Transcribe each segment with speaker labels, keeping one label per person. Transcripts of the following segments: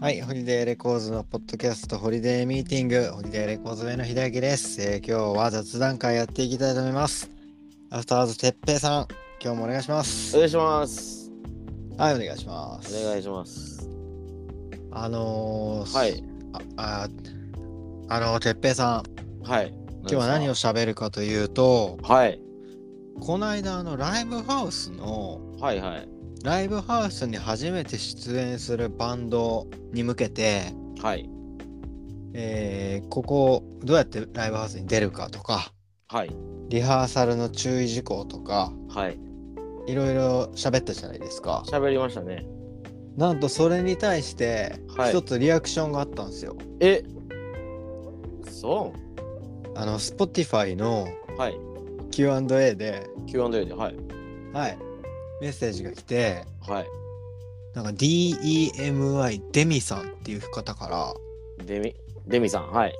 Speaker 1: はい、ホリデーレコーズのポッドキャスト、ホリデーミーティング、ホリデーレコーズ上の秀明です、えー今日は雑談会やっていきたいと思います。アフターズてっぺいさん、今日もお願いします。
Speaker 2: お願いします。
Speaker 1: はい、お願いします。
Speaker 2: お願いします。
Speaker 1: あのー、
Speaker 2: はい。
Speaker 1: あ、ああのー、てっぺいさん、
Speaker 2: はい。
Speaker 1: 今日は何を喋るかというと、
Speaker 2: はい。
Speaker 1: この間、あの、ライブハウスの、
Speaker 2: はいはい。
Speaker 1: ライブハウスに初めて出演するバンドに向けて、
Speaker 2: はい。
Speaker 1: えーここどうやってライブハウスに出るかとか
Speaker 2: はい。
Speaker 1: リハーサルの注意事項とか
Speaker 2: はい。
Speaker 1: いろいろ喋ったじゃないですか
Speaker 2: 喋りましたね。
Speaker 1: なんとそれに対して
Speaker 2: はい
Speaker 1: 一つリアクションがあったんですよ、
Speaker 2: えそ
Speaker 1: あの Spotify の
Speaker 2: うはい。
Speaker 1: Q&A で
Speaker 2: Q&A で、はい。
Speaker 1: はいメッセージが来て
Speaker 2: はい。
Speaker 1: なんか DEMI デミさんっていう方か
Speaker 2: デミ、デミさん、はい。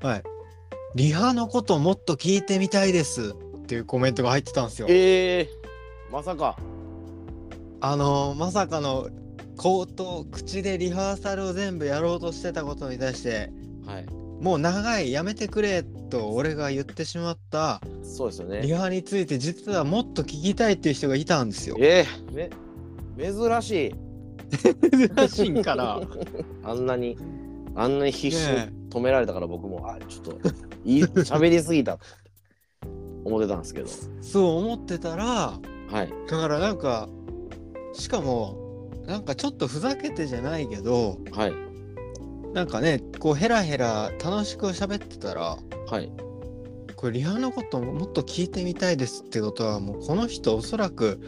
Speaker 1: らはいリハのこともっと聞いてみたいですっていうコメントが入ってたんですよ
Speaker 2: ええまさか。
Speaker 1: あのーまさかの口頭口でリハーサルを全部やろうとしてたことに対して
Speaker 2: はい。
Speaker 1: もう長いやめてくれと俺が言ってしまった
Speaker 2: そうですよ
Speaker 1: リ
Speaker 2: ね。
Speaker 1: ハについて実はもっと聞きたいっていう人がいたんですよ。
Speaker 2: ええめ、珍しい。
Speaker 1: 珍しいんかな。
Speaker 2: あんなに、あんなに必死
Speaker 1: ね
Speaker 2: に止められたから僕も、あ、ちょっと、いい喋りすぎた。思ってたんですけど。
Speaker 1: そう思ってたら
Speaker 2: はい。
Speaker 1: だからなんかしかもなんかちょっとふざけてじゃないけど
Speaker 2: はい。
Speaker 1: なんかねこうヘラヘラ楽しく喋ってたら
Speaker 2: はい。
Speaker 1: これリハのことももっと聞いてみたいですってことはもうこの人おそらく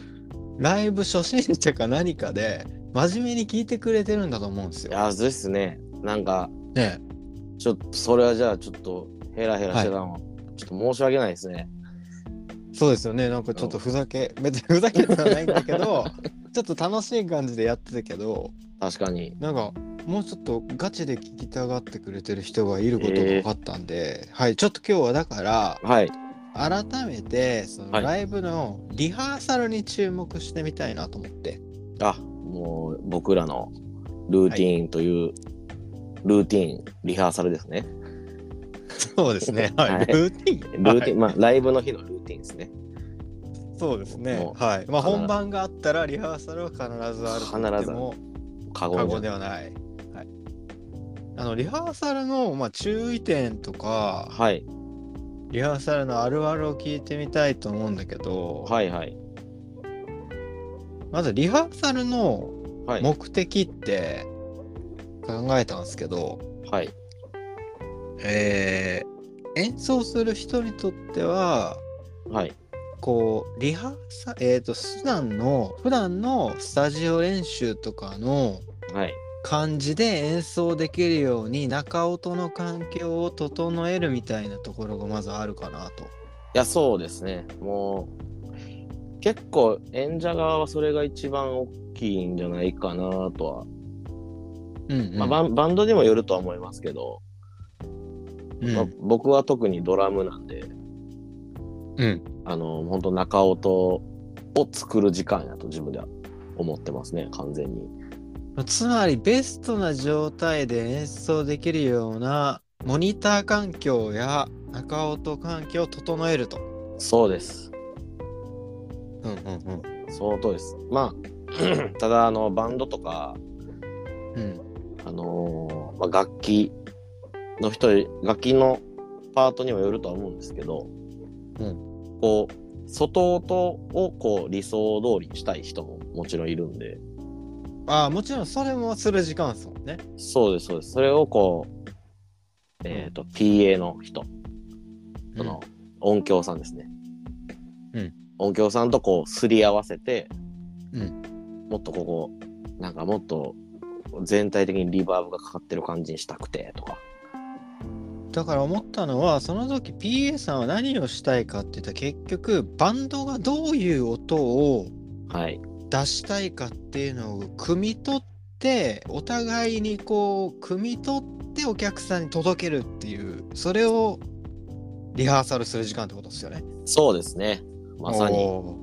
Speaker 1: ライブ初心者か何かで真面目に聞いてくれてるんだと思うんです
Speaker 2: い
Speaker 1: よ。
Speaker 2: や、そうですね。なんか、
Speaker 1: ね
Speaker 2: ちょっと、それはじゃあ、ちょっと、ヘラヘラしてたの、ちょっと申し訳ないですね。
Speaker 1: そうですよねなんかちょっとふざけ別にふざけてはないんだけど ちょっと楽しい感じでやってたけど
Speaker 2: 確かに。
Speaker 1: なんかもうちょっとガチで聞きたがってくれてる人がいることが分かったんで、はいちょっと今日はだから
Speaker 2: はい。
Speaker 1: 改めてその
Speaker 2: はい
Speaker 1: ライブのリハーサルに注目してみたいなと思 って。
Speaker 2: あ、もう、僕らのルーティーンという、ルーティーン、リハーサルですね。
Speaker 1: そうですね。はい。
Speaker 2: はい
Speaker 1: ルーティン。
Speaker 2: ルーティン、
Speaker 1: は
Speaker 2: まあ、ライブの日のルーティーンですね。
Speaker 1: いそうですね
Speaker 2: も。う
Speaker 1: はい。まあ、
Speaker 2: 必ず
Speaker 1: 本番があったら、リハーサルは必ずあると言って
Speaker 2: 必ずある
Speaker 1: も
Speaker 2: カゴ
Speaker 1: 過
Speaker 2: に
Speaker 1: 言ではない。はい。あの、リハーサルの、まあ、注意点とか、
Speaker 2: はい。
Speaker 1: リハーサルのあるあるを聞いてみたいと思うんだけど、
Speaker 2: はいはい。
Speaker 1: まずリハーサルの
Speaker 2: はい。
Speaker 1: 目的って考えたんですけど、
Speaker 2: はい。
Speaker 1: えー演奏する人にとっては、
Speaker 2: はい。
Speaker 1: こうリハーサえっ、と普段の普段のスタジオ練習とかの
Speaker 2: はい。
Speaker 1: 感じで演奏できるように中音の環境を整えるみたいなところがまずあるかなと。
Speaker 2: いや、そうですね。もう、結構演者側はそれが一番大きいんじゃないかなとは、
Speaker 1: うんうん
Speaker 2: まあバン、バンドにもよるとは思いますけど、
Speaker 1: うん
Speaker 2: まあ僕は特にドラムなんで、
Speaker 1: うん
Speaker 2: あの、本当中音を作る時間やと自分では思ってますね、完全に。
Speaker 1: つまりベストな状態で演奏できるようなモニター環境や中音環境を整えると。
Speaker 2: そうです。
Speaker 1: うんうん
Speaker 2: 相当です。まあ、 ただ、あの、バンドとか、
Speaker 1: うん。うん
Speaker 2: あのーまあ、楽器の人、楽器のパートにもよるとは思うんですけど、
Speaker 1: うん
Speaker 2: こう、外音をこう理想通りにしたい人ももちろんいるんで、
Speaker 1: ああもちろんそれもする時間ですもんね。
Speaker 2: そうです、そうです。それをこう、えっ、と、PA の人、その音響さんですね。
Speaker 1: うん
Speaker 2: 音響さんとこう、すり合わせて、
Speaker 1: う
Speaker 2: もっとここ、なんかもっと全体的にリバーブがかかってる感じにしたくてとか。
Speaker 1: だから思ったのはその時 PA さんは何をしたいかって言ったら結局バンドがどういう音を
Speaker 2: はい。
Speaker 1: 出したいかっていうのを汲み取ってお互いにこう汲み取ってお客さんに届けるっていうそれをリハーサルする時間ってことですよね。
Speaker 2: そうですね。まさに。
Speaker 1: お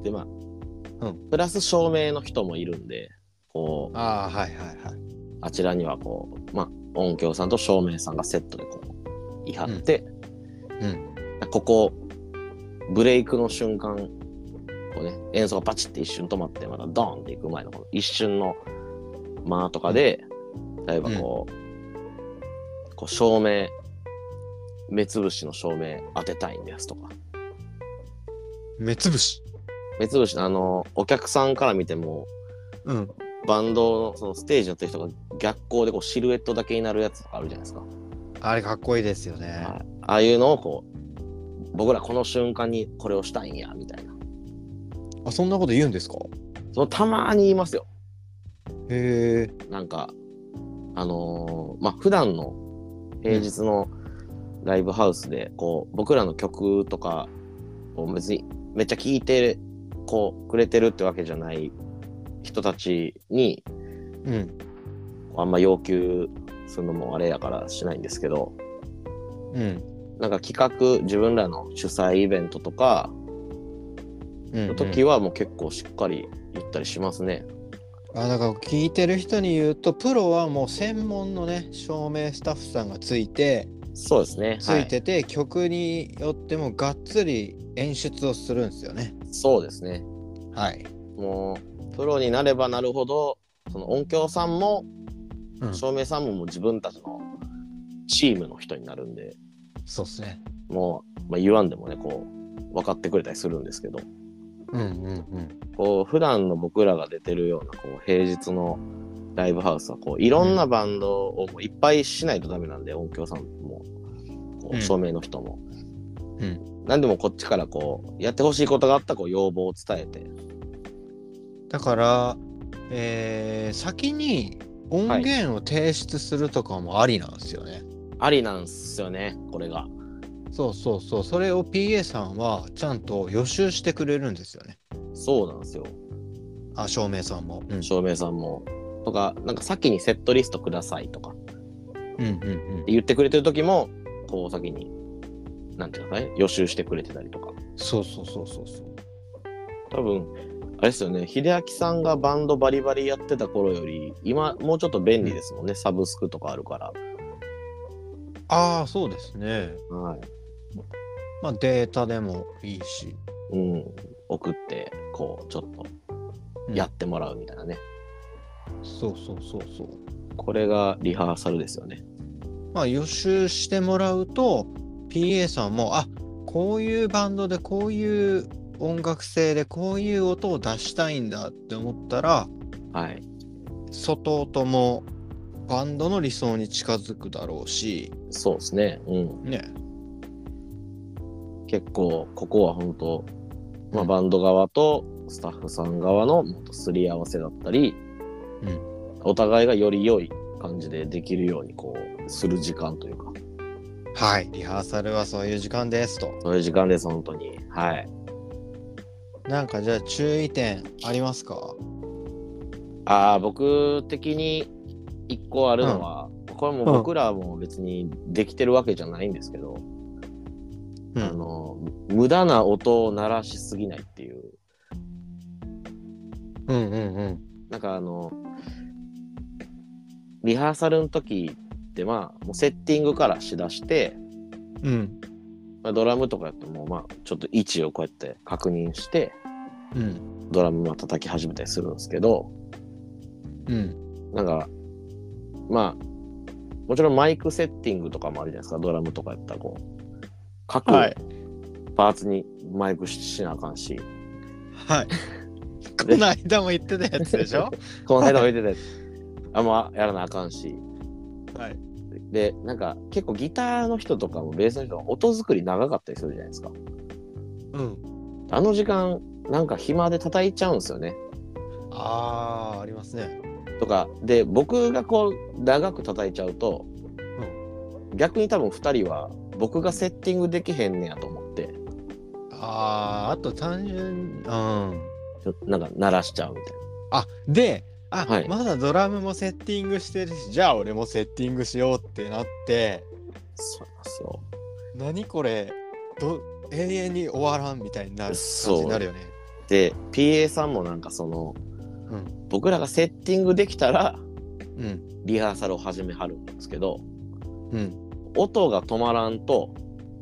Speaker 1: ー
Speaker 2: で、まあ、
Speaker 1: うん
Speaker 2: プラス照明の人もいるんで、こう
Speaker 1: ああ、はいはいはい。
Speaker 2: あちらにはこう、まあ、音響さんと照明さんがセットでこういはって、
Speaker 1: うん。
Speaker 2: ここブレイクの瞬間こう、ね、演奏がバチって一瞬止まってまたドーンっていく前のこの一瞬の間とかで例えばこう,、こう照明目つぶしの照明当てたいんですとか
Speaker 1: 目つぶし。
Speaker 2: 目つぶしのあのお客さんから見ても
Speaker 1: うん。
Speaker 2: バンドのそのステージに乗ってる人が逆光でこうシルエットだけになるやつとかあるじゃないですか。
Speaker 1: あれかっこいいですよね。
Speaker 2: はいああいうのをこう僕らこの瞬間にこれをしたいんやみたいな
Speaker 1: あ、そんなこと言うんですか
Speaker 2: そのたまに言いますよ
Speaker 1: へえ。
Speaker 2: なんかあのーまあ普段の平日のライブハウスでこう僕らの曲とかを別にめっちゃ聴いてこうくれてるってわけじゃない人たちに
Speaker 1: うん。
Speaker 2: あんま要求するのもあれやからしないんですけど
Speaker 1: うん。
Speaker 2: なんか企画自分らの主催イベントとか
Speaker 1: うん、
Speaker 2: の時はもう結構しっかり言ったりしますね。
Speaker 1: あだから聞いてる人に言うとプロはもう専門のね照明スタッフさんがついて
Speaker 2: そうですね。
Speaker 1: ついてて、曲によってもがっつり演出をするんですよね
Speaker 2: はい、そうですね。
Speaker 1: はい、
Speaker 2: もうプロになればなるほどその音響さんも
Speaker 1: うんそう
Speaker 2: 照明さんももう自分たちのチームの人になるんで
Speaker 1: ですね
Speaker 2: もう、まあ、言わんでもねこう分かってくれたりするんですけど
Speaker 1: うんうん
Speaker 2: こう普段の僕らが出てるようなこう平日のライブハウスはこういろんなバンドをもういっぱいしないとダメなんで音響さんもこ
Speaker 1: うん
Speaker 2: う照明の人も。
Speaker 1: う
Speaker 2: 何でもこっちからこうやってほしいことがあったらこう要望を伝えて
Speaker 1: うんだからえー先に音源を提出するとかもありなんですよね、
Speaker 2: ありなんすよねこれが。
Speaker 1: そうそうそうそれを PA さんはちゃんと予習してくれるんですよね
Speaker 2: そうなんですよ。
Speaker 1: あ照明さんも、うん
Speaker 2: 照明さんも。とか、なんか先にセットリストくださいとかって
Speaker 1: うんうんうん
Speaker 2: 言ってくれてる時も、こう先に、なんていうのかね、予習してくれてたりとか。
Speaker 1: そうそうそうそうそう
Speaker 2: 多分、あれですよね、秀明さんがバンドバリバリやってた頃より、今、もうちょっと便利ですもんね、サブスクとかあるから。
Speaker 1: ああそうですね
Speaker 2: はい。
Speaker 1: まあ、データでもいいし、
Speaker 2: うん。送って、こう、ちょっとやってもらうみたいなね。
Speaker 1: そうそうそうそう
Speaker 2: これがリハーサルですよね。
Speaker 1: まあ予習してもらうと PA さんもあこういうバンドでこういう音楽性でこういう音を出したいんだって思ったら
Speaker 2: はい。
Speaker 1: 外音もバンドの理想に近づくだろうし
Speaker 2: そうですね。うん。
Speaker 1: ね
Speaker 2: 結構、ここは本当まあ、バンド側とスタッフさん側のもっとすり合わせだったり、
Speaker 1: うん
Speaker 2: お互いがより良い感じでできるようにこうする時間というか
Speaker 1: はいリハーサルはそういう時間ですと
Speaker 2: そういう時間です本当にはい
Speaker 1: なんかじゃあ注意点ありますか
Speaker 2: ああ僕的に一個あるのは、これもう僕らも別にできてるわけじゃないんですけど、
Speaker 1: う
Speaker 2: あ
Speaker 1: ん
Speaker 2: の無駄な音を鳴らしすぎないっていう
Speaker 1: うんうんうん
Speaker 2: なんかあのリハーサルの時ってまあもうセッティングからしだして、
Speaker 1: うん
Speaker 2: まあ、ドラムとかやっても、まあ、ちょっと位置をこうやって確認して、
Speaker 1: うん
Speaker 2: ドラムまあ叩き始めたりするんですけど、
Speaker 1: うん
Speaker 2: なんか、まあ、もちろんマイクセッティングとかもあるじゃないですか、ドラムとかやったらこう、各
Speaker 1: はい
Speaker 2: パーツにマイクししなあか んし、
Speaker 1: はいこの間も言ってたやつでしょ
Speaker 2: この間置いてたやつ、あんまやらなあかんし、
Speaker 1: はい
Speaker 2: で、なんか結構ギターの人とかもベースの人も音作り長かったりするじゃないですか。
Speaker 1: うん
Speaker 2: あの時間、なんか暇で叩いちゃうんですよね。
Speaker 1: ああありますね。
Speaker 2: とかで僕がこう長く叩いちゃうと、逆に多分2人は僕がセッティングできへんねやと思って
Speaker 1: あああと単純にうん。
Speaker 2: ちょなんか鳴らしちゃうみたい
Speaker 1: あであ、
Speaker 2: はい
Speaker 1: まだドラムもセッティングしてるしじゃあ俺もセッティングしようってなって
Speaker 2: なそうなんですよ
Speaker 1: 何これど永遠に終わらんみたいになる感
Speaker 2: そう
Speaker 1: じになるよね。
Speaker 2: で PA さんもなんかその
Speaker 1: うん
Speaker 2: 僕らがセッティングできたら
Speaker 1: うん
Speaker 2: リハーサルを始めはるんですけど
Speaker 1: うん
Speaker 2: 音が止まらんと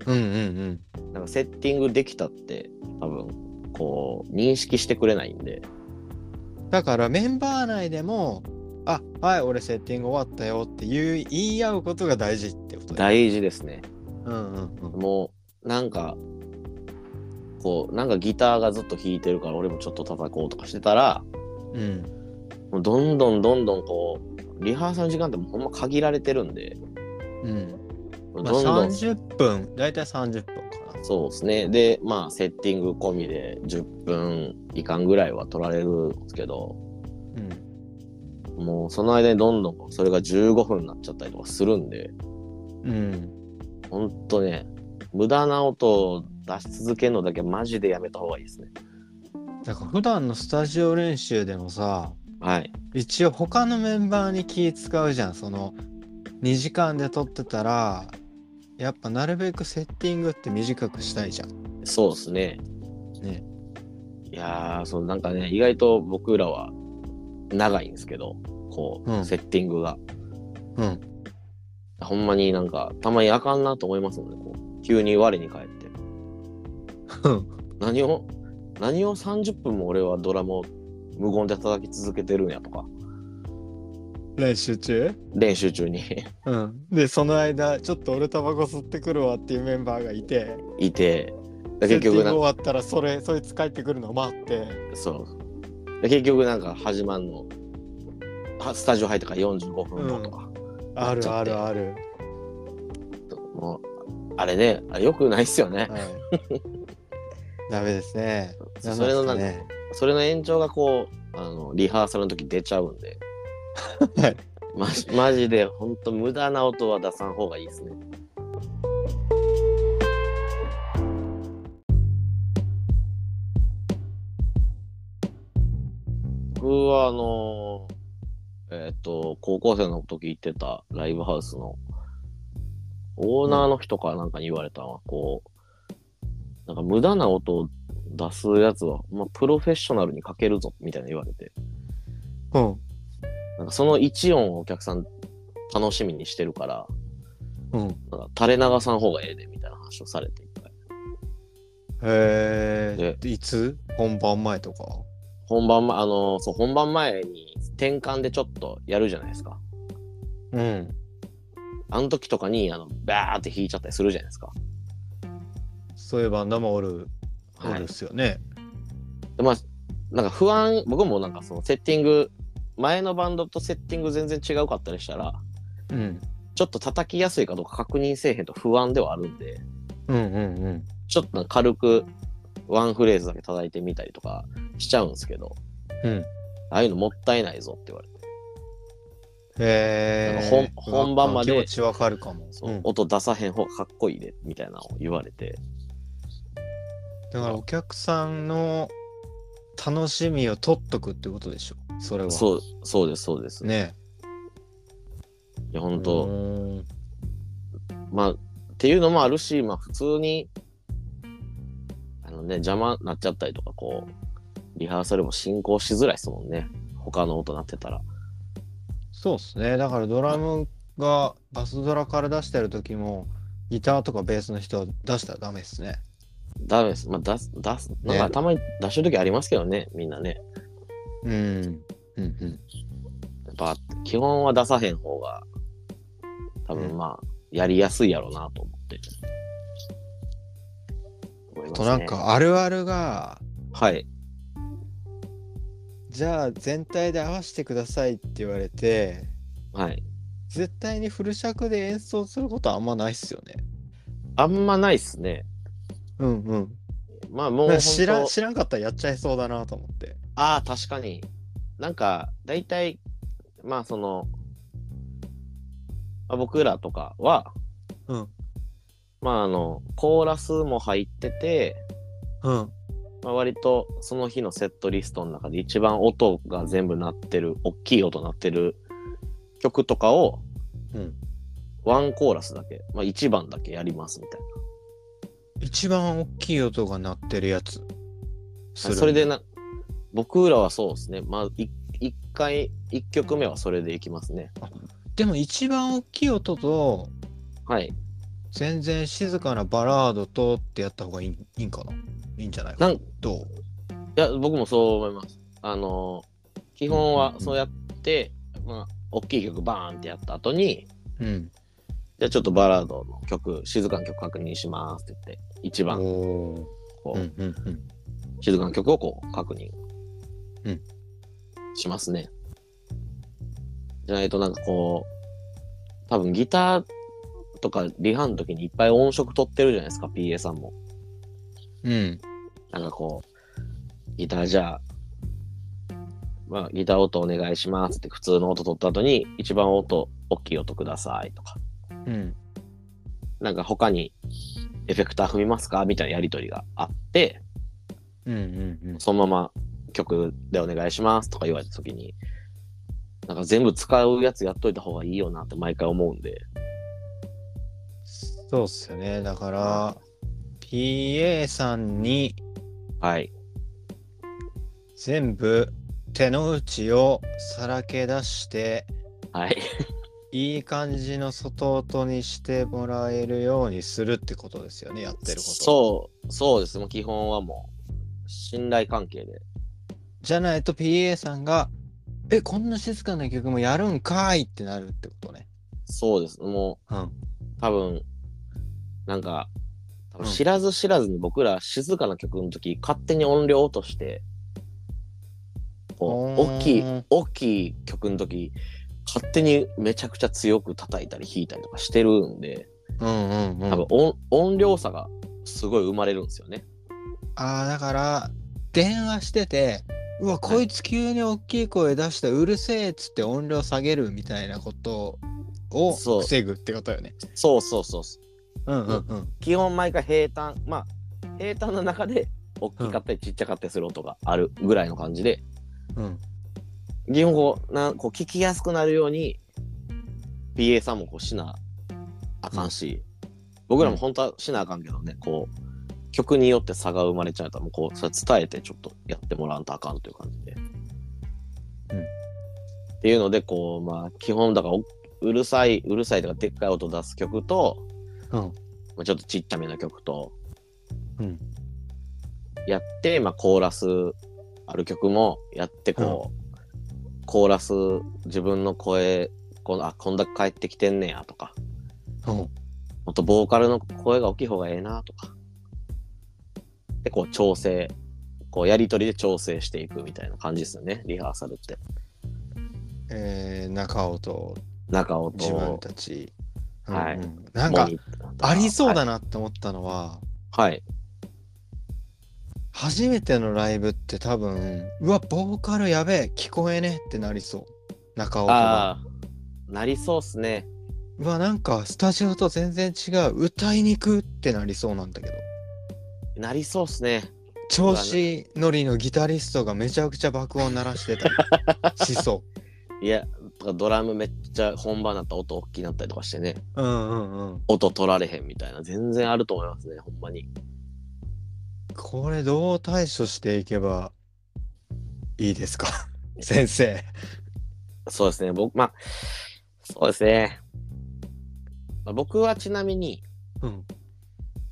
Speaker 1: うんうん
Speaker 2: なんかセッティングできたって多分こう認識してくれないんで
Speaker 1: うんだからメンバー内でも「あはい俺セッティング終わったよ」って言う言い合うことが大事ってことだよ
Speaker 2: 大事ですね
Speaker 1: うんうんうん
Speaker 2: もうなんかこうなんかギターがずっと弾いてるから俺もちょっと叩こうとかしてたら
Speaker 1: うん
Speaker 2: もうどんどんどんどんこうリハーサルの時間ってほんま限られてるんで
Speaker 1: うん
Speaker 2: どん
Speaker 1: まあ
Speaker 2: どん、
Speaker 1: 30分大体30分かな
Speaker 2: そうですねでまあセッティング込みで10分いかんぐらいは取られるんですけど
Speaker 1: うん
Speaker 2: もうその間にどんどんそれが15分になっちゃったりとかするんで
Speaker 1: うん
Speaker 2: ほんとね無駄な音を出し続けるのだけマジでやめた方がいいですね
Speaker 1: だから普段のスタジオ練習でもさ
Speaker 2: はい
Speaker 1: 一応他のメンバーに気使うじゃんその2時間で撮ってたらやっぱなるべくセッティングって短くしたいじゃん
Speaker 2: そうですね
Speaker 1: ね
Speaker 2: いやーそのなんかね意外と僕らは長いんですけどこう、
Speaker 1: うん
Speaker 2: セッティングが
Speaker 1: うん
Speaker 2: ほんまになんかたまにあかんなと思いますもんねこう急に我に返って何を何を30分も俺はドラムを無言で叩き続けてるんやとか
Speaker 1: 練習中
Speaker 2: 練習中に
Speaker 1: うんでその間ちょっと俺タバコ吸ってくるわっていうメンバーがいて
Speaker 2: いてで
Speaker 1: セッテ
Speaker 2: 結
Speaker 1: ィン
Speaker 2: 局
Speaker 1: グ
Speaker 2: な
Speaker 1: 終
Speaker 2: んか
Speaker 1: わったらそれそいつ帰ってくるのを待って
Speaker 2: そうで結局なんか始まんのはスタジオ入ってから45分後とか、
Speaker 1: あるあるある、
Speaker 2: もうあれねあれよくないっすよね、
Speaker 1: はい、 ダメですね
Speaker 2: それのなんか
Speaker 1: ね
Speaker 2: それの延長がこうあのリハーサルの時出ちゃうんで
Speaker 1: はい
Speaker 2: マジマジでほんと無駄な音は出さん方がいいですね僕はあのえっ、と高校生の時行ってたライブハウスのオーナーの人からなんかに言われたのはこうなんか無駄な音を出すやつは、まあ、プロフェッショナルに欠けるぞみたいな言われて
Speaker 1: うん
Speaker 2: なんかその一音をお客さん楽しみにしてるから、
Speaker 1: うんへ
Speaker 2: なんか垂れ流さん方がええでみたいな話をされて一回。
Speaker 1: えいつ本番前とか
Speaker 2: 本番前、あの、そう、本番前に転換でちょっとやるじゃないですか。
Speaker 1: うん
Speaker 2: あの時とかに、あの、バーって弾いちゃったりするじゃないですか。
Speaker 1: そういえば生おる、お
Speaker 2: は
Speaker 1: る
Speaker 2: い
Speaker 1: っ。すよね。
Speaker 2: で、まあ、なんか不安、僕もなんかそのセッティング、前のバンドとセッティング全然違うかったりしたら、
Speaker 1: うん。
Speaker 2: ちょっと叩きやすいかどうか確認せえへんと不安ではあるんで、
Speaker 1: うんうんうん。
Speaker 2: ちょっとなんか軽くワンフレーズだけ叩いてみたりとかしちゃうんですけど、
Speaker 1: うん。
Speaker 2: ああいうのもったいないぞって言われて、
Speaker 1: へえ。
Speaker 2: なんか本本番まで
Speaker 1: 気持ちわかるかも。
Speaker 2: そう
Speaker 1: うんだ
Speaker 2: 音出さへん方がかっこいいでみたいなのを言われて、
Speaker 1: からお客さんの楽しみを取っとくってことでしょ。それは。
Speaker 2: そうそうですそうです、
Speaker 1: ね。
Speaker 2: いや本
Speaker 1: う
Speaker 2: 当、
Speaker 1: ーん
Speaker 2: まあっていうのもあるしまあ普通にあのね邪魔なっちゃったりとかこうリハーサルも進行しづらいですもんね他の音なってたら
Speaker 1: そうっすね。だからドラムがバスドラから出してる時も、ギターとかベースの人は出したらダメですね。
Speaker 2: ダメですまあ出す出すなんか
Speaker 1: ね
Speaker 2: たまに出してる時ありますけどねみんなね
Speaker 1: うん。うんうん。
Speaker 2: やっぱ基本は出さへん方が多
Speaker 1: うん
Speaker 2: 分まあ、やりやすいやろうなと思って思い
Speaker 1: あ
Speaker 2: ます
Speaker 1: と
Speaker 2: ね
Speaker 1: なんかあるあるが、
Speaker 2: はい
Speaker 1: じゃあ全体で合わせてくださいって言われて、
Speaker 2: はい。
Speaker 1: 絶対にフル尺で演奏することはあんまないっすよね。
Speaker 2: あんまないっすね。
Speaker 1: うんうん。
Speaker 2: まあもう
Speaker 1: なん
Speaker 2: 本
Speaker 1: か
Speaker 2: 当。
Speaker 1: 知ら知らんかったらやっちゃいそうだなと思って。
Speaker 2: ああ、確かに。なんか、大体、まあその、まあ、僕らとかは、
Speaker 1: うん
Speaker 2: まああの、コーラスも入ってて、
Speaker 1: うん
Speaker 2: まあ、割とその日のセットリストの中で一番音が全部鳴ってる、大きい音鳴ってる曲とかを、
Speaker 1: うん。
Speaker 2: ワンコーラスだけ、まあ一番だけやりますみたいな。
Speaker 1: 一番大きい音が鳴ってるやつ。する
Speaker 2: それでな、僕らはそうですね。まあ、い一回、一曲目はそれでいきますね。
Speaker 1: でも一番大きい音と
Speaker 2: はい。
Speaker 1: 全然静かなバラードとってやった方がいいいいんかないいんじゃないか
Speaker 2: なんい
Speaker 1: どう
Speaker 2: や、僕もそう思います。あのー基本はそうやって、まあ、大きい曲バーンってやった後に、
Speaker 1: うん。
Speaker 2: じゃあちょっとバラードの曲、静かな曲確認しますって言って、一番
Speaker 1: おー
Speaker 2: こ
Speaker 1: う
Speaker 2: う、
Speaker 1: んうんうん。
Speaker 2: 静かな曲をこう確認
Speaker 1: うん
Speaker 2: しますね。じゃないとなんかこう、多分ギターとかリハの時にいっぱい音色取ってるじゃないですか、PA さんも。
Speaker 1: うん。
Speaker 2: なんかこう、ギターじゃあ、まあ、ギター音お願いしますって普通の音取った後に、一番音、大きい音くださいとか、
Speaker 1: うん。
Speaker 2: なんか他にエフェクター踏みますかみたいなやりとりがあって、
Speaker 1: うんうんうん。
Speaker 2: そのまま曲でお願いしますとか言われた時に、なんか全部使うやつやっといた方がいいよなって毎回思うんで、
Speaker 1: そうっすよね。だから、PA さんに
Speaker 2: はい。
Speaker 1: 全部手の内をさらけ出して、
Speaker 2: はい。
Speaker 1: いい感じの外音にしてもらえるようにするってことですよね、やってること。う。
Speaker 2: そう、そうです。もう基本はもう、信頼関係で。
Speaker 1: じゃないと PA さんが、え、こんな静かな曲もやるんかいってなるってことね。
Speaker 2: そうです。も
Speaker 1: うん。
Speaker 2: う、多分、なんか、多分
Speaker 1: うん
Speaker 2: 知らず知らずに僕ら静かな曲の時、勝手に音量落として、こう、
Speaker 1: おー
Speaker 2: 大きい、大きい曲の時、勝手にめちゃくちゃ強く叩いたり弾いたりとかしてるんで、
Speaker 1: うんうんうん。
Speaker 2: 多分音音量差がすごい生まれるんですよね。
Speaker 1: ああだから電話しててうわこいつ急に大きい声出したうるせえっつって音量下げるみたいなことを
Speaker 2: そう
Speaker 1: 防ぐってことよね。
Speaker 2: そうそうそうそう。
Speaker 1: うんうんうん。
Speaker 2: 基本毎回平坦、まあ平坦の中で大きかったりちっちゃかったりする音があるぐらいの感じで、
Speaker 1: うん
Speaker 2: 基本こうなんこう聞きやすくなるように PA さんもこうしなあかんし、僕らも本当はしなあかんけどね、こう曲によって差が生まれちゃうともうこうそれ伝えてちょっとやってもらわんとあかんという感じで。
Speaker 1: うん
Speaker 2: っていうのでこうまあ基本だからおうるさいうるさいとかでっかい音出す曲と、
Speaker 1: うん
Speaker 2: まあ、ちょっとちっちゃめな曲と
Speaker 1: うん
Speaker 2: やって、まあ、コーラスある曲もやってこう、コーラス自分の声このあこんだけ返ってきてんねやとか
Speaker 1: うん
Speaker 2: もっとボーカルの声が大きい方がええなとかでこう調整こうやりとりで調整していくみたいな感じですよねリハーサルって
Speaker 1: えー、中尾と
Speaker 2: 中
Speaker 1: 自分
Speaker 2: 音
Speaker 1: たち。
Speaker 2: はい
Speaker 1: うんうんなんかありそうだ
Speaker 2: な
Speaker 1: なって思ったのは、
Speaker 2: はい、はい
Speaker 1: 初めてのライブって多分うわボーカルやべえ聞こえねえってなりそう中尾とか。
Speaker 2: ああなりそうっすね
Speaker 1: うわなんかスタジオと全然違う歌いにくってなりそうなんだけど。
Speaker 2: なりそうっすね
Speaker 1: 調子乗りのギタリストがめちゃくちゃ爆音鳴らしてたり しそ
Speaker 2: いやとかドラムめっちゃ本番だったら音大きくなったりとかしてね
Speaker 1: う。うんうんうん。
Speaker 2: 音取られへんみたいな全然あると思いますねほんまに
Speaker 1: これどう対処していけばいいですか先生。
Speaker 2: そうですね僕まあそうですね、まあ僕はちなみに
Speaker 1: うん。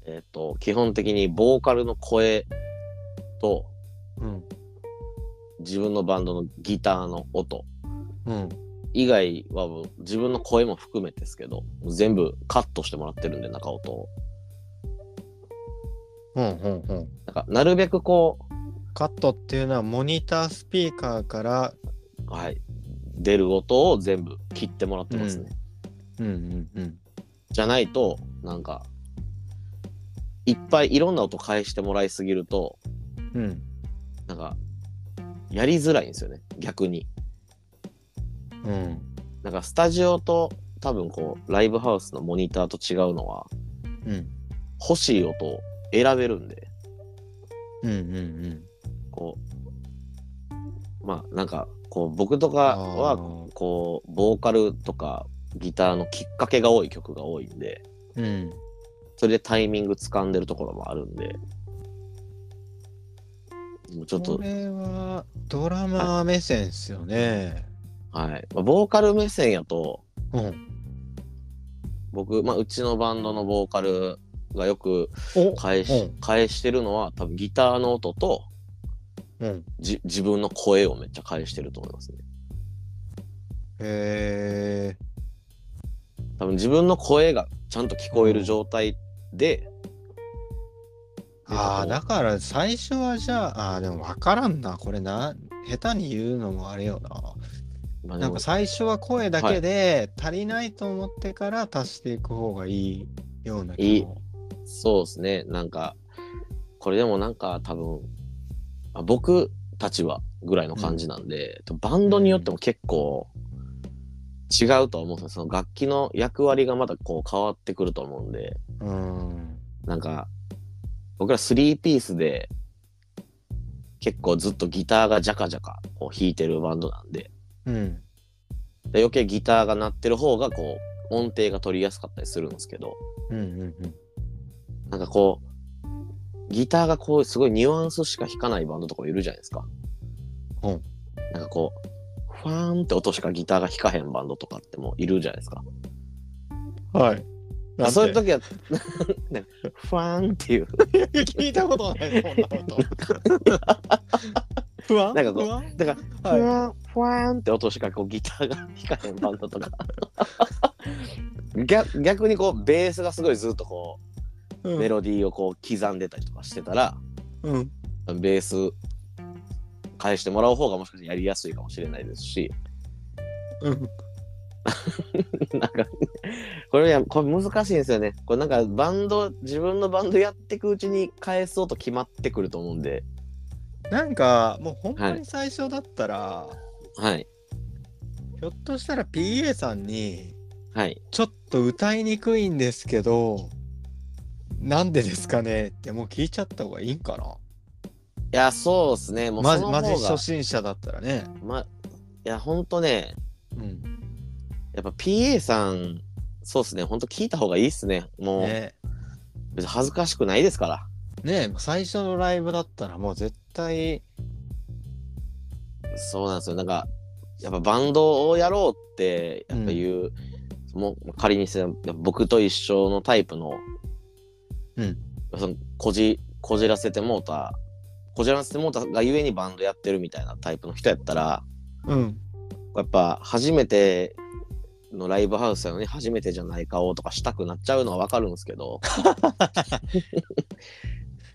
Speaker 2: えっ、と基本的にボーカルの声と
Speaker 1: うん。
Speaker 2: 自分のバンドのギターの音
Speaker 1: うん。
Speaker 2: 以外はもう自分の声も含めてですけど全部カットしてもらってるんで中音を
Speaker 1: うんうんうん。
Speaker 2: なんかなるべくこ
Speaker 1: カットっていうのはモニタースピーカーから、
Speaker 2: うはい出る音を全部切ってもらってますね、
Speaker 1: うんうんうん。
Speaker 2: じゃないとなんかいっぱいいろんな音返してもらいすぎると
Speaker 1: うん。
Speaker 2: なんかやりづらいんですよね逆に
Speaker 1: うん。
Speaker 2: なんかスタジオと多分こうライブハウスのモニターと違うのは
Speaker 1: うん。
Speaker 2: 欲しい音を選べるんで
Speaker 1: うんうんうん。
Speaker 2: こうまあなんかこう僕とか
Speaker 1: あ
Speaker 2: は
Speaker 1: ー
Speaker 2: こうボーカルとかギターのきっかけが多い曲が多いんで
Speaker 1: うん。
Speaker 2: それでタイミング掴んでるところもあるんでもうちょっと
Speaker 1: こ、れはドラマー目線ですよね。
Speaker 2: はい。まあボーカル目線やと、
Speaker 1: うん。
Speaker 2: 僕、まあ、うちのバンドのボーカルがよく
Speaker 1: お
Speaker 2: 返し,、
Speaker 1: うん
Speaker 2: 返してるのは多分ギターの音と
Speaker 1: うん。
Speaker 2: じ自分の声をめっちゃ返してると思いますね
Speaker 1: へえ。
Speaker 2: 多分自分の声がちゃんと聞こえる状態で、
Speaker 1: ああ、
Speaker 2: なん
Speaker 1: だから最初はじゃあ、あーでも分からんな。これな、下手に言うのもあれよな。
Speaker 2: まあで
Speaker 1: なん
Speaker 2: も
Speaker 1: か最初は声だけで足りないと思ってから足していく方がいいような気も。
Speaker 2: そうですねなんかこれでもなんか多分あ僕たちはぐらいの感じなんで、バンドによっても結構違うとは思うんですよその楽器の役割がまだこう変わってくると思うんで、
Speaker 1: うん。
Speaker 2: なんか、僕ら3ピースで、結構ずっとギターがジャカジャカこう弾いてるバンドなんで、
Speaker 1: うん。
Speaker 2: で余計ギターが鳴ってる方がこう音程が取りやすかったりするんですけど、
Speaker 1: うんうんうん。
Speaker 2: なんかこう、ギターがこうすごいニュアンスしか弾かないバンドとかもいるじゃないですか。
Speaker 1: うん。
Speaker 2: なんかこう、ファーンって音しかギターが弾かへんバンドとかってもいるじゃないですか。
Speaker 1: はい。
Speaker 2: そういう時は、 なんかファーンっていう
Speaker 1: 聞いたことない、そんなこと。 不安
Speaker 2: なんかこう
Speaker 1: 不安
Speaker 2: だからふ
Speaker 1: は
Speaker 2: わんふわんって音しかこうギターが弾かへんバンドとか逆逆にこうベースがすごいずっとこ
Speaker 1: い、
Speaker 2: うメロディーをこう刻んでたりとかしてたら
Speaker 1: うん。
Speaker 2: ベース返してもらう方がもしかしてやりやすいかもしれないですし
Speaker 1: うん。
Speaker 2: なんかこれやこれ難しいんですよねこれなんかバンド自分のバンドやってくうちに返そうと決まってくると思うんで
Speaker 1: なんか、もう本当
Speaker 2: は
Speaker 1: に最初だったら、
Speaker 2: はい
Speaker 1: ひょっとしたら PA さんに、
Speaker 2: はい
Speaker 1: ちょっと歌いにくいんですけど、なんでですかねってもう聞いちゃった方がいいんかな。
Speaker 2: いやそうですねもう
Speaker 1: ま
Speaker 2: そ
Speaker 1: じ、
Speaker 2: の方
Speaker 1: ま
Speaker 2: が
Speaker 1: じ初心者だったらね。
Speaker 2: まいやほんとね
Speaker 1: うん。
Speaker 2: やっぱ PA さん、そうっすね、ほんと聞いた方がいいっすね。もう、
Speaker 1: ね
Speaker 2: 別に恥ずかしくないですから。
Speaker 1: ね最初のライブだったらもう絶対、
Speaker 2: そうなんですよ。なんか、やっぱバンドをやろうって、やっぱ言う、もう仮にせよやっぱ僕と一緒のタイプの、
Speaker 1: うん
Speaker 2: そのこじ、こじらせてもうた、こじらせてもうたがゆえにバンドやってるみたいなタイプの人やったら、
Speaker 1: うん。
Speaker 2: やっぱ初めてのライブハウスやのに初めてじゃない顔とかしたくなっちゃうのはわかるんです けど、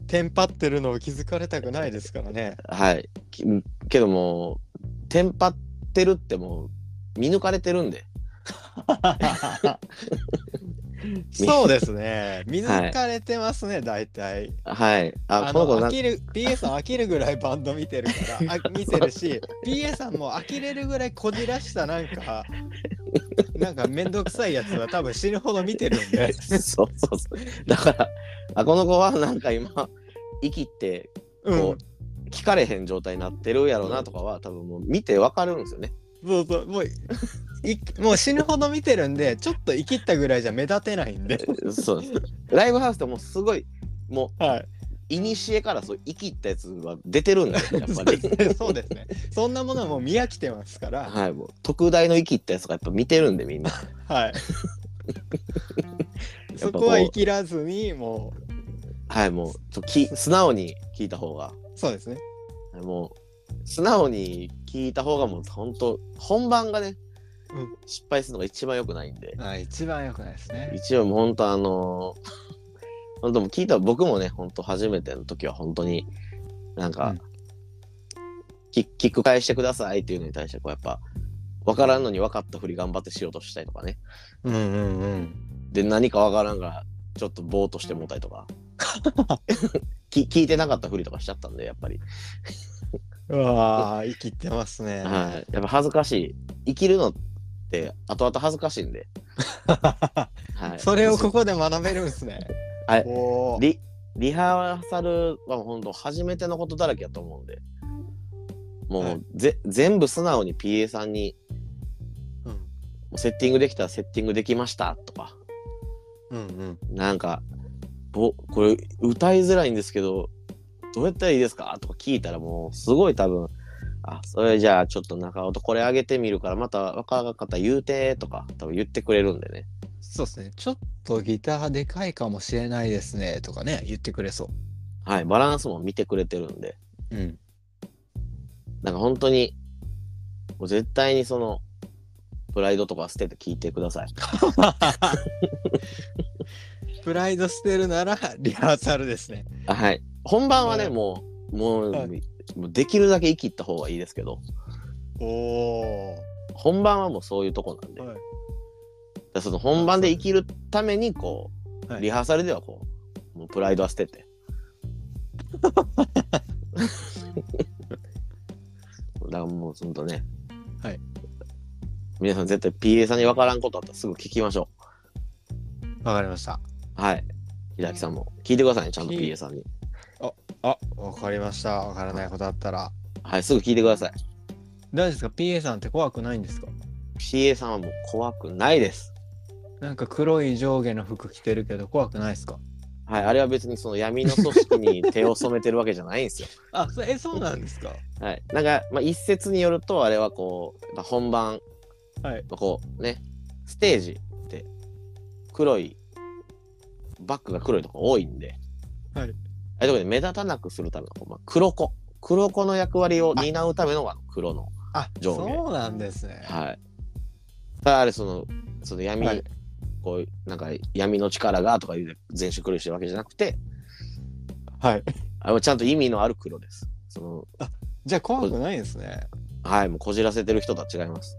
Speaker 1: テンパってるのを気づかれたくないですから ね。
Speaker 2: はい。きけどもう、テンパってるってもう、見抜かれてるんで。
Speaker 1: そうですね。見抜かれてますね、大体。
Speaker 2: はい。あ、
Speaker 1: あ
Speaker 2: この
Speaker 1: の
Speaker 2: 子な。
Speaker 1: 飽、きる PA さん飽きるぐらいバンド見てるから、あ見てるし、PA さんも飽きれるぐらいこじらしたなんか、なんかめんどくさいやつは多分死ぬほど見てるんで
Speaker 2: そうそうそう。だから、あ、この子はなんか今、息って、
Speaker 1: うん。
Speaker 2: こう、聞かれへん状態になってるやろうなとかは、多分もう見てわかるんですよね。
Speaker 1: そうそう。もうい、もう死ぬほど見てるんで、ちょっと生きったぐらいじゃ目立てないんで。
Speaker 2: そうです。ライブハウスってもうすごい、も
Speaker 1: はい。
Speaker 2: う、いにしえからそう、息ったやつは出てるんだよ、や っ
Speaker 1: そ
Speaker 2: ぱ
Speaker 1: う
Speaker 2: り
Speaker 1: で。すね。そうですね。そんなものはもう見飽きてますから。
Speaker 2: はい、もう、特大の息ったやつがやっぱ見てるんで、みんな。
Speaker 1: はい。
Speaker 2: う
Speaker 1: そこは生きらずに、もう、
Speaker 2: はい、もう、ちょき素直に聞いた方が。
Speaker 1: そうですね。
Speaker 2: もう素直に聞いた方がもう本当本番がね、
Speaker 1: うん
Speaker 2: 失敗するのが一番良くないんで
Speaker 1: はい、一番良くないですね。
Speaker 2: 一応もう本当あのー本当もう聞いた僕もね本当初めての時は本当になんか、
Speaker 1: うん
Speaker 2: キキック返してくださいっていうのに対してこうやっぱ分からんのに分かったふり頑張ってしようとしたりとかね
Speaker 1: うんうんうん。
Speaker 2: で何か分からんからちょっとぼーっとしてもうたりとか き聞いてなかったふりとかしちゃったんでやっぱり
Speaker 1: うわあ、生きてますね。
Speaker 2: はい。やっぱ恥ずかしい。生きるのって後々恥ずかしいんで。はい。
Speaker 1: それをここで学べるんですね。
Speaker 2: はい
Speaker 1: おー
Speaker 2: リリハーサルは本当初めてのことだらけやと思うんで。もう、
Speaker 1: はい
Speaker 2: ぜ全部素直に PA さんに
Speaker 1: うん
Speaker 2: もうセッティングできたらセッティングできましたとか
Speaker 1: うんうん。
Speaker 2: なんかぼこれ歌いづらいんですけどどうやったらいいですかとか聞いたらもうすごい多分あそれじゃあちょっと中尾とこれあげてみるからまた若かったら言うてとか多分言ってくれるんでね
Speaker 1: そうですね。ちょっとギターでかいかもしれないですねとかね、言ってくれそ
Speaker 2: はいバランスも見てくれてるんで
Speaker 1: う。うん。
Speaker 2: なんか本当にもう絶対にそのプライドとか捨てて聞いて ください
Speaker 1: プライド捨てるならリハーサルですね。
Speaker 2: あはい本番はね、
Speaker 1: はい
Speaker 2: もうもう,、
Speaker 1: はい
Speaker 2: もうできるだけ生きった方がいいですけど
Speaker 1: おお。
Speaker 2: 本番はもうそういうとこなんで、
Speaker 1: はい
Speaker 2: だからその本番で生きるためにこう、
Speaker 1: はい
Speaker 2: リハーサルではこうもうプライドは捨 ててだからもうほんとね
Speaker 1: はい
Speaker 2: 皆さん絶対 PA さんに分からんことあったらすぐ聞きましょ
Speaker 1: わかりました。
Speaker 2: うはい平木さんも聞いてくださいねちゃんと
Speaker 1: 聞い
Speaker 2: PA さんに
Speaker 1: あ、わかりました。わからないことあったら。
Speaker 2: はいすぐ聞いてください
Speaker 1: 大丈夫ですか ?PA さんって怖くないんですか
Speaker 2: PA さんはもう怖くないです
Speaker 1: なんか黒い上下の服着てるけど怖くないですか
Speaker 2: はいあれは別にその闇の組織に手を染めてるわけじゃないんですよ
Speaker 1: あ、そえ、そうなんですか
Speaker 2: はい、なんか、まあ、一説によるとあれはこうやっぱ本番、
Speaker 1: はい
Speaker 2: こうねステージって黒いバックが黒いとこ多いんで、
Speaker 1: はい、
Speaker 2: あれとこで目立たなくするための、まあ、黒子黒子の役割を担うためのあの黒の、
Speaker 1: あ、
Speaker 2: 上下
Speaker 1: そうなんですね。
Speaker 2: はい、ただあれそのその闇、
Speaker 1: はい
Speaker 2: こういうなんか闇の力がとかいう全身黒いしてるわけじゃなくて
Speaker 1: はい。
Speaker 2: あれはちゃんと意味のある黒ですその
Speaker 1: じゃあ怖くないですね。
Speaker 2: はいもうこじらせてる人とは違います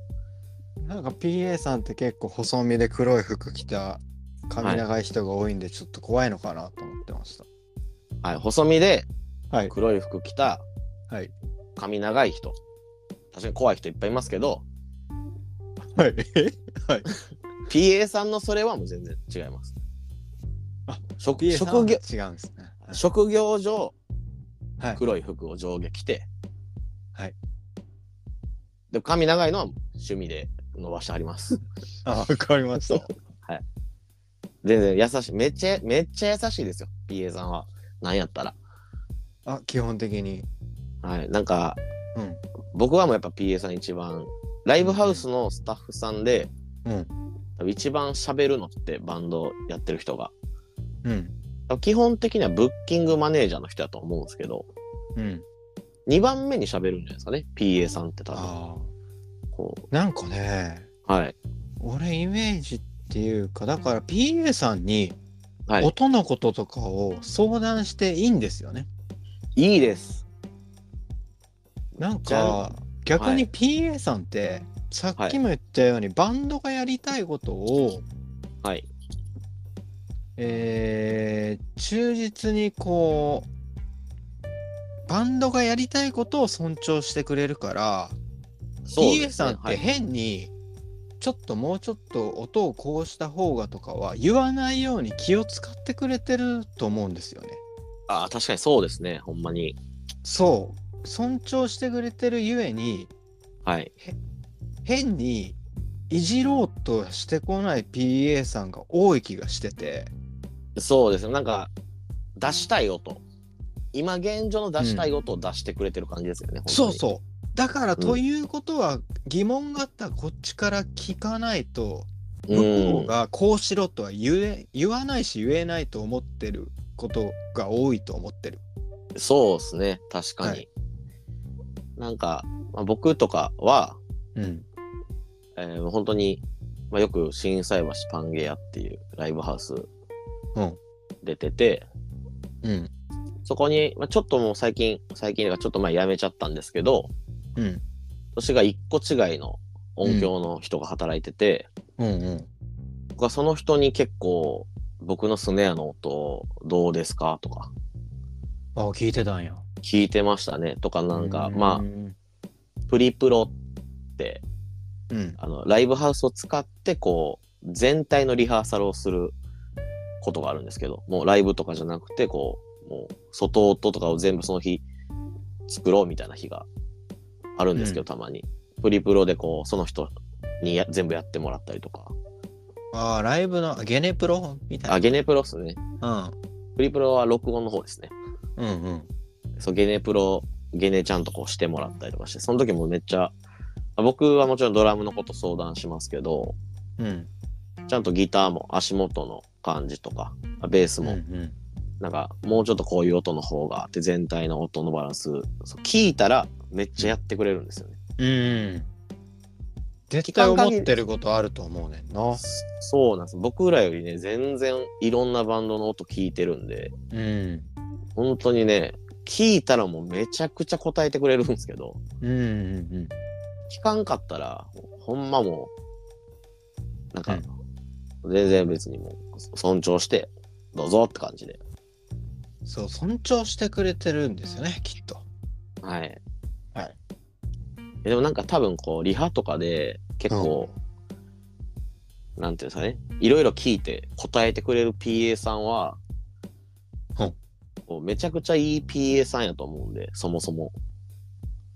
Speaker 1: なんか PA さんって結構細身で黒い服着た髪長い人が多いんでちょっと怖いのかなと思ってました。
Speaker 2: はい細身で
Speaker 1: はい。
Speaker 2: 黒い服着た
Speaker 1: はい。
Speaker 2: 髪長い人確かに怖い人いっぱいいますけど
Speaker 1: はい。
Speaker 2: PA さんのそれはもう全然違います
Speaker 1: あ
Speaker 2: 職
Speaker 1: PA さんは
Speaker 2: 職業
Speaker 1: 違うんですね。
Speaker 2: 職業上、
Speaker 1: はい
Speaker 2: 黒い服を上下着て
Speaker 1: はい
Speaker 2: で髪長いのは趣味で伸ばしてあります
Speaker 1: あ、わかりました。
Speaker 2: 全然優しいめっちゃめっちゃ優しいですよ PA さんはなんやったら
Speaker 1: あ、基本的に。
Speaker 2: はいなんか
Speaker 1: うん。
Speaker 2: 僕はもうやっぱ PA さん一番ライブハウスのスタッフさんで、
Speaker 1: うん。
Speaker 2: 多分一番喋るのってバンドやってる人が
Speaker 1: うん。
Speaker 2: 基本的にはブッキングマネージャーの人だと思うんですけど、
Speaker 1: うん。
Speaker 2: 2番目に喋るんじゃないですかね、PA さんって多分。
Speaker 1: あ
Speaker 2: こ
Speaker 1: あ。なんかね、
Speaker 2: うはい。
Speaker 1: 俺イメージっていうか、だから PA さんに
Speaker 2: はい。
Speaker 1: 音のこととかを相談していいんですよね。
Speaker 2: いいです。
Speaker 1: なん
Speaker 2: じゃ
Speaker 1: か逆
Speaker 2: はい
Speaker 1: に PA さんってさっきも言ったようにバンドがやりたいことを
Speaker 2: はい。
Speaker 1: えー忠実にこうバンドがやりたいことを尊重してくれるから、
Speaker 2: そうで
Speaker 1: PA
Speaker 2: すね
Speaker 1: さんっ
Speaker 2: は
Speaker 1: て
Speaker 2: い、
Speaker 1: 変にちょっともうちょっと音をこうした方がとかは言わないように気を使ってくれてると思うんですよね。
Speaker 2: あー確かにそうですね、ほんまに。
Speaker 1: そう尊重してくれてるゆえに
Speaker 2: はい。
Speaker 1: 変にいじろうとしてこない PA さんが多い気がしてて
Speaker 2: そうですね、なんか、出したい音。今現状の出したい音を出してくれてる感じですよね、
Speaker 1: そう
Speaker 2: う。
Speaker 1: そうだからということは疑問があったらこっちから聞かないと向こ
Speaker 2: う。
Speaker 1: うんがこうしろとは言え言わないし言えないと思ってることが多いと思ってる
Speaker 2: そうですね、確かに。
Speaker 1: はい
Speaker 2: なんか、まあ、僕とかは、
Speaker 1: うん
Speaker 2: えー、本当に、まあ、よく心斎橋パンゲアっていうライブハウス
Speaker 1: うん
Speaker 2: 出てて、
Speaker 1: うん
Speaker 2: そこに、まあ、ちょっともう最近、最近というかちょっと前辞めちゃったんですけど、
Speaker 1: うん
Speaker 2: 年が一個違いの音響の人が働いてて、
Speaker 1: うんうん
Speaker 2: 僕はその人に結構、僕のスネアの音どうですかとか
Speaker 1: あ聞いてたんや
Speaker 2: 聞いてましたねとかなんか、ま
Speaker 1: うん
Speaker 2: あプリプロって
Speaker 1: うん
Speaker 2: あのライブハウスを使ってこう全体のリハーサルをすることがあるんですけどもうライブとかじゃなくてこうもう外音とかを全部その日作ろうみたいな日があるんですけど、
Speaker 1: うん
Speaker 2: たまにプリプロでこうその人にや全部やってもらったりとか
Speaker 1: あーライブのあゲネプロみた
Speaker 2: あ
Speaker 1: い
Speaker 2: ゲネプロっすね
Speaker 1: な、
Speaker 2: プリプロは録音の方ですね
Speaker 1: うん、うんうん
Speaker 2: そうゲネプロゲネちゃんとこうしてもらったりとかしてその時もめっちゃあ僕はもちろんドラムのこと相談しますけど
Speaker 1: うん。
Speaker 2: ちゃんとギターも足元の感じとかあベース
Speaker 1: うん
Speaker 2: も
Speaker 1: うん。
Speaker 2: なんかもうちょっとこういう音の方があって全体の音のバランスそう聞いたらめっちゃやってくれるんですよね。
Speaker 1: うん。絶対思ってることあると思うねんな。
Speaker 2: そうなんです僕らよりね全然いろんなバンドの音聞いてるんで
Speaker 1: うん。
Speaker 2: 本当にね聞いたらもうめちゃくちゃ答えてくれるんですけど
Speaker 1: うんうんうん。
Speaker 2: 聞かんかったらほんまもうなんか
Speaker 1: うん
Speaker 2: 全然別にもう尊重してどうぞって感じで
Speaker 1: そう、尊重してくれてるんですよね、きっと。
Speaker 2: はい。
Speaker 1: はい
Speaker 2: えでもなんか多分こう、リハとかで結構、なんていうんですかね、いろいろ聞いて答えてくれる PA さんは、
Speaker 1: うん
Speaker 2: こうめちゃくちゃいい PA さんやと思うんで、そもそも。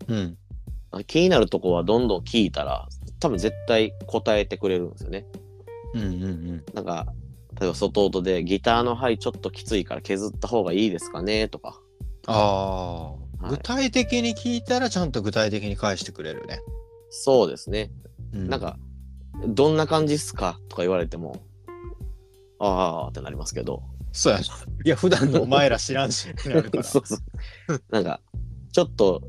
Speaker 1: うん。
Speaker 2: 気になるとこはどんどん聞いたら、多分絶対答えてくれるんですよね。
Speaker 1: うんうんうん。
Speaker 2: なんか、例えば外音でギターの牌ちょっときついから削った方がいいですかねとか。
Speaker 1: ああ、
Speaker 2: はい
Speaker 1: 具体的に聞いたらちゃんと具体的に返してくれるね。
Speaker 2: そうですね。
Speaker 1: う
Speaker 2: なん、か、どんな感じっすかとか言われても、ああってなりますけど、
Speaker 1: そうやな。いや、普段のお前ら知らんし、ってなるから。
Speaker 2: そうそうなんか、ちょっと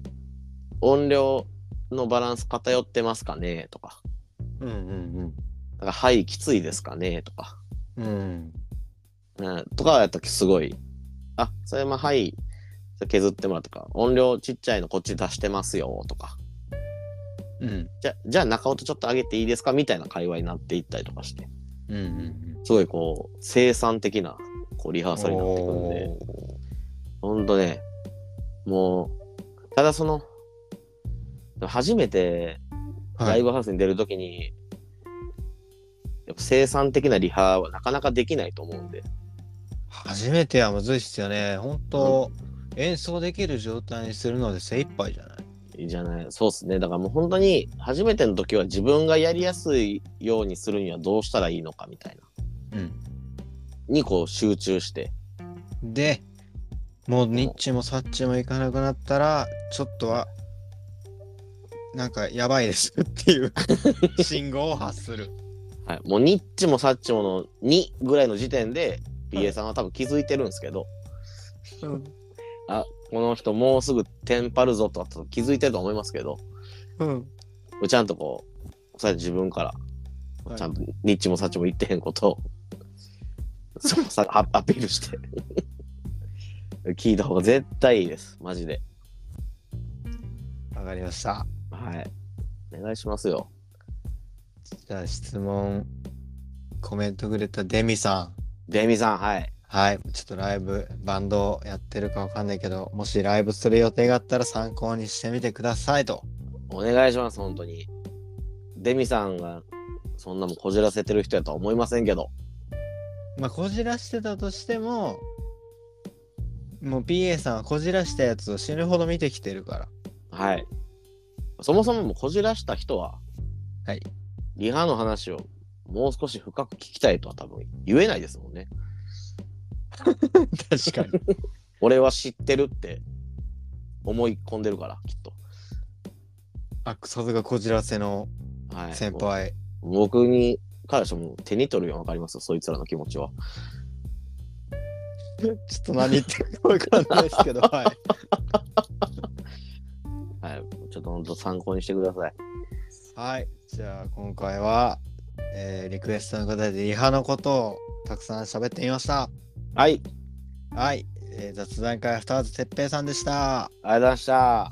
Speaker 2: 音量のバランス偏ってますかねとか、
Speaker 1: うんうん
Speaker 2: なんか、はい、きついですかねとか、
Speaker 1: うん。うん。
Speaker 2: うん、とかやったらすごい、あ、それもはい、削ってもらうとか、音量ちっちゃいのこっち出してますよとか、
Speaker 1: うん。
Speaker 2: じゃじゃあ中音ちょっと上げていいですかみたいな会話になっていったりとかして、
Speaker 1: うんうん
Speaker 2: すごいこう、生産的なこうリハ
Speaker 1: う
Speaker 2: ー
Speaker 1: ん。
Speaker 2: サルになってくるんで。
Speaker 1: おー
Speaker 2: ほんとね、もう、ただその、初めてラ
Speaker 1: は
Speaker 2: イ
Speaker 1: い。
Speaker 2: ブハウスに出るときに、やっぱ生産的なリハはなかなかできないと思うんで、
Speaker 1: 初めてはむずいっすよね。本当、演奏できる状態にするので精一杯じゃない。
Speaker 2: いいじゃない、そうっすね。だからもう本当に、初めての時は自分がやりやすいようにするにはどうしたらいいのかみたいな、にこう集中して、
Speaker 1: うん。で、もうニッチもサッチもいかなくなったら、ちょっとは、なんかやばいですって いう信号を発する。
Speaker 2: はい、もうニッチもサッチもの2ぐらいの時点で、PA さんは多分気づいてるんですけど、
Speaker 1: うん。
Speaker 2: あ、この人もうすぐテンパるぞとか気づいてると思いますけど、
Speaker 1: うん。
Speaker 2: ちゃんとこう、そうやって自分から、ちゃんとニッチもサッチも言ってへんことを、そうさアアピールして、聞いた方が絶対いいです。マジで。
Speaker 1: わかりました。
Speaker 2: はい。お願いしますよ。
Speaker 1: じゃあ質問、コメントくれたデミさん。
Speaker 2: デミさん、はい。
Speaker 1: はい。ちょっとライブ、バンドやってるかわかんないけど、もしライブする予定があったら参考にしてみてくださいと。
Speaker 2: お願いします、本当に。デミさんが、そんなもんこじらせてる人やとは思いませんけど。
Speaker 1: まあ、こじらしてたとしても、もう PA さんはこじらしたやつを死ぬほど見てきてるから。
Speaker 2: はい。そもそももうこじらした人は、
Speaker 1: はい。
Speaker 2: リハの話をもう少し深く聞きたいとは多分言えないですもんね。
Speaker 1: 確かに。
Speaker 2: 俺は知ってるって思い込んでるから、きっと。
Speaker 1: あ、さすがこじらせの
Speaker 2: はい。
Speaker 1: 先
Speaker 2: も
Speaker 1: 輩。
Speaker 2: う。僕に、からしても手に取るよ、わかりますよ、そいつらの気持ちは。
Speaker 1: ちょっと何言ってるかわかんないです けど、はい。
Speaker 2: はい。ちょっと本当参考にしてください。
Speaker 1: はい。じゃあ、今回は、えーリクエストの方でリハのことをたくさん喋ってみました。
Speaker 2: はい。ありがとう
Speaker 1: はい。えー雑談会アフターズ哲平さんでした。
Speaker 2: ございました。